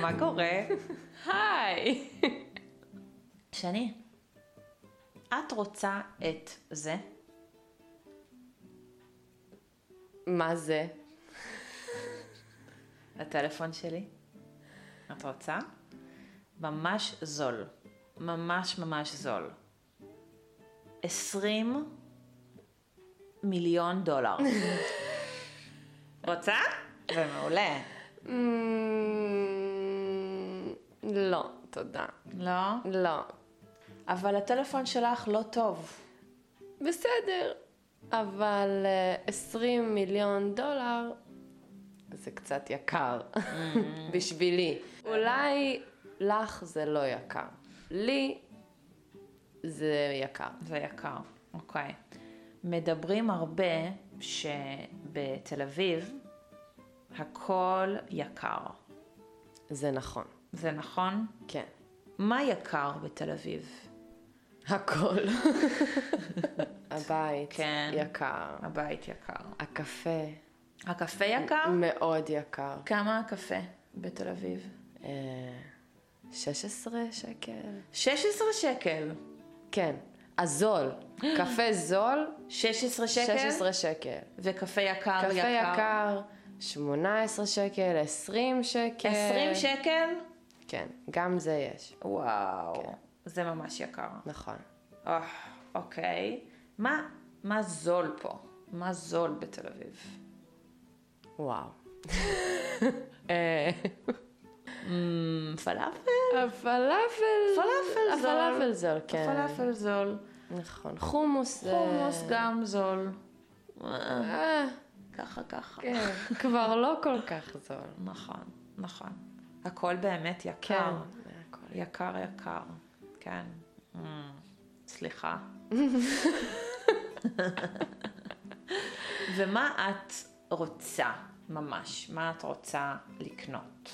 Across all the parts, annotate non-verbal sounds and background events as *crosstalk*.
מה קורה? היי. שני, את רוצה את זה? מה זה? הטלפון שלי. את רוצה? ממש זול. ממש ממש זול. 20 מיליון דולר. רוצה? זה מעולה. אמ, לא, תודה. לא? לא. אבל הטלפון שלך לא טוב. בסדר, אבל אה, 20 מיליון דולר זה קצת יקר *laughs* בשבילי. אולי לך זה לא יקר. לי זה יקר. זה יקר, אוקיי. מדברים הרבה שבתל אביב הכל יקר. זה נכון. זה נכון? כן. מה יקר בתל אביב? הכל. *laughs* הבית כן. יקר. הבית יקר. הקפה הקפה יקר? מאוד יקר. כמה הקפה בתל אביב? אה, 16 שקל. 16 שקל. כן. הזול. קפה זול, 16 שקל? 16 שקל. וקפה יקר קפה יקר. יקר, 18 שקל, 20 שקל. 20 שקל? כן, גם זה יש, וואו. זה ממש יקר. נכון. אה, אוקיי. מה, מה זול פה? מה זול בתל אביב? וואו. *laughs* אה, אמ, פלאפל? הפלאפל. פלאפל זול. הפלאפל זול, כן. פלאפל זול. נכון. חומוס זה... חומוס גם זול. אה, ככה ככה. כן, כבר לא כל כך זול. נכון, נכון. הכל באמת כן. יקר. יקר יקר, כן. אמ, סליחה. *laughs* ומה את רוצה ממש? מה את רוצה לקנות?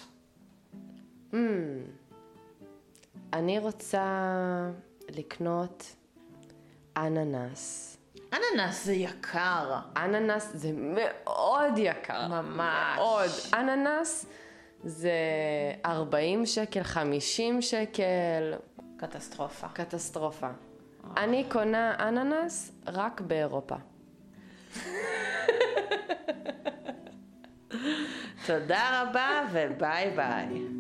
אמ, אני רוצה לקנות אננס. אננס זה יקר. אננס זה מאוד יקר. ממש. מאוד. אננס זה 40 שקל, 50 שקל, קטסטרופה. קטסטרופה. אני קונה אננס רק באירופה. תודה רבה וביי ביי.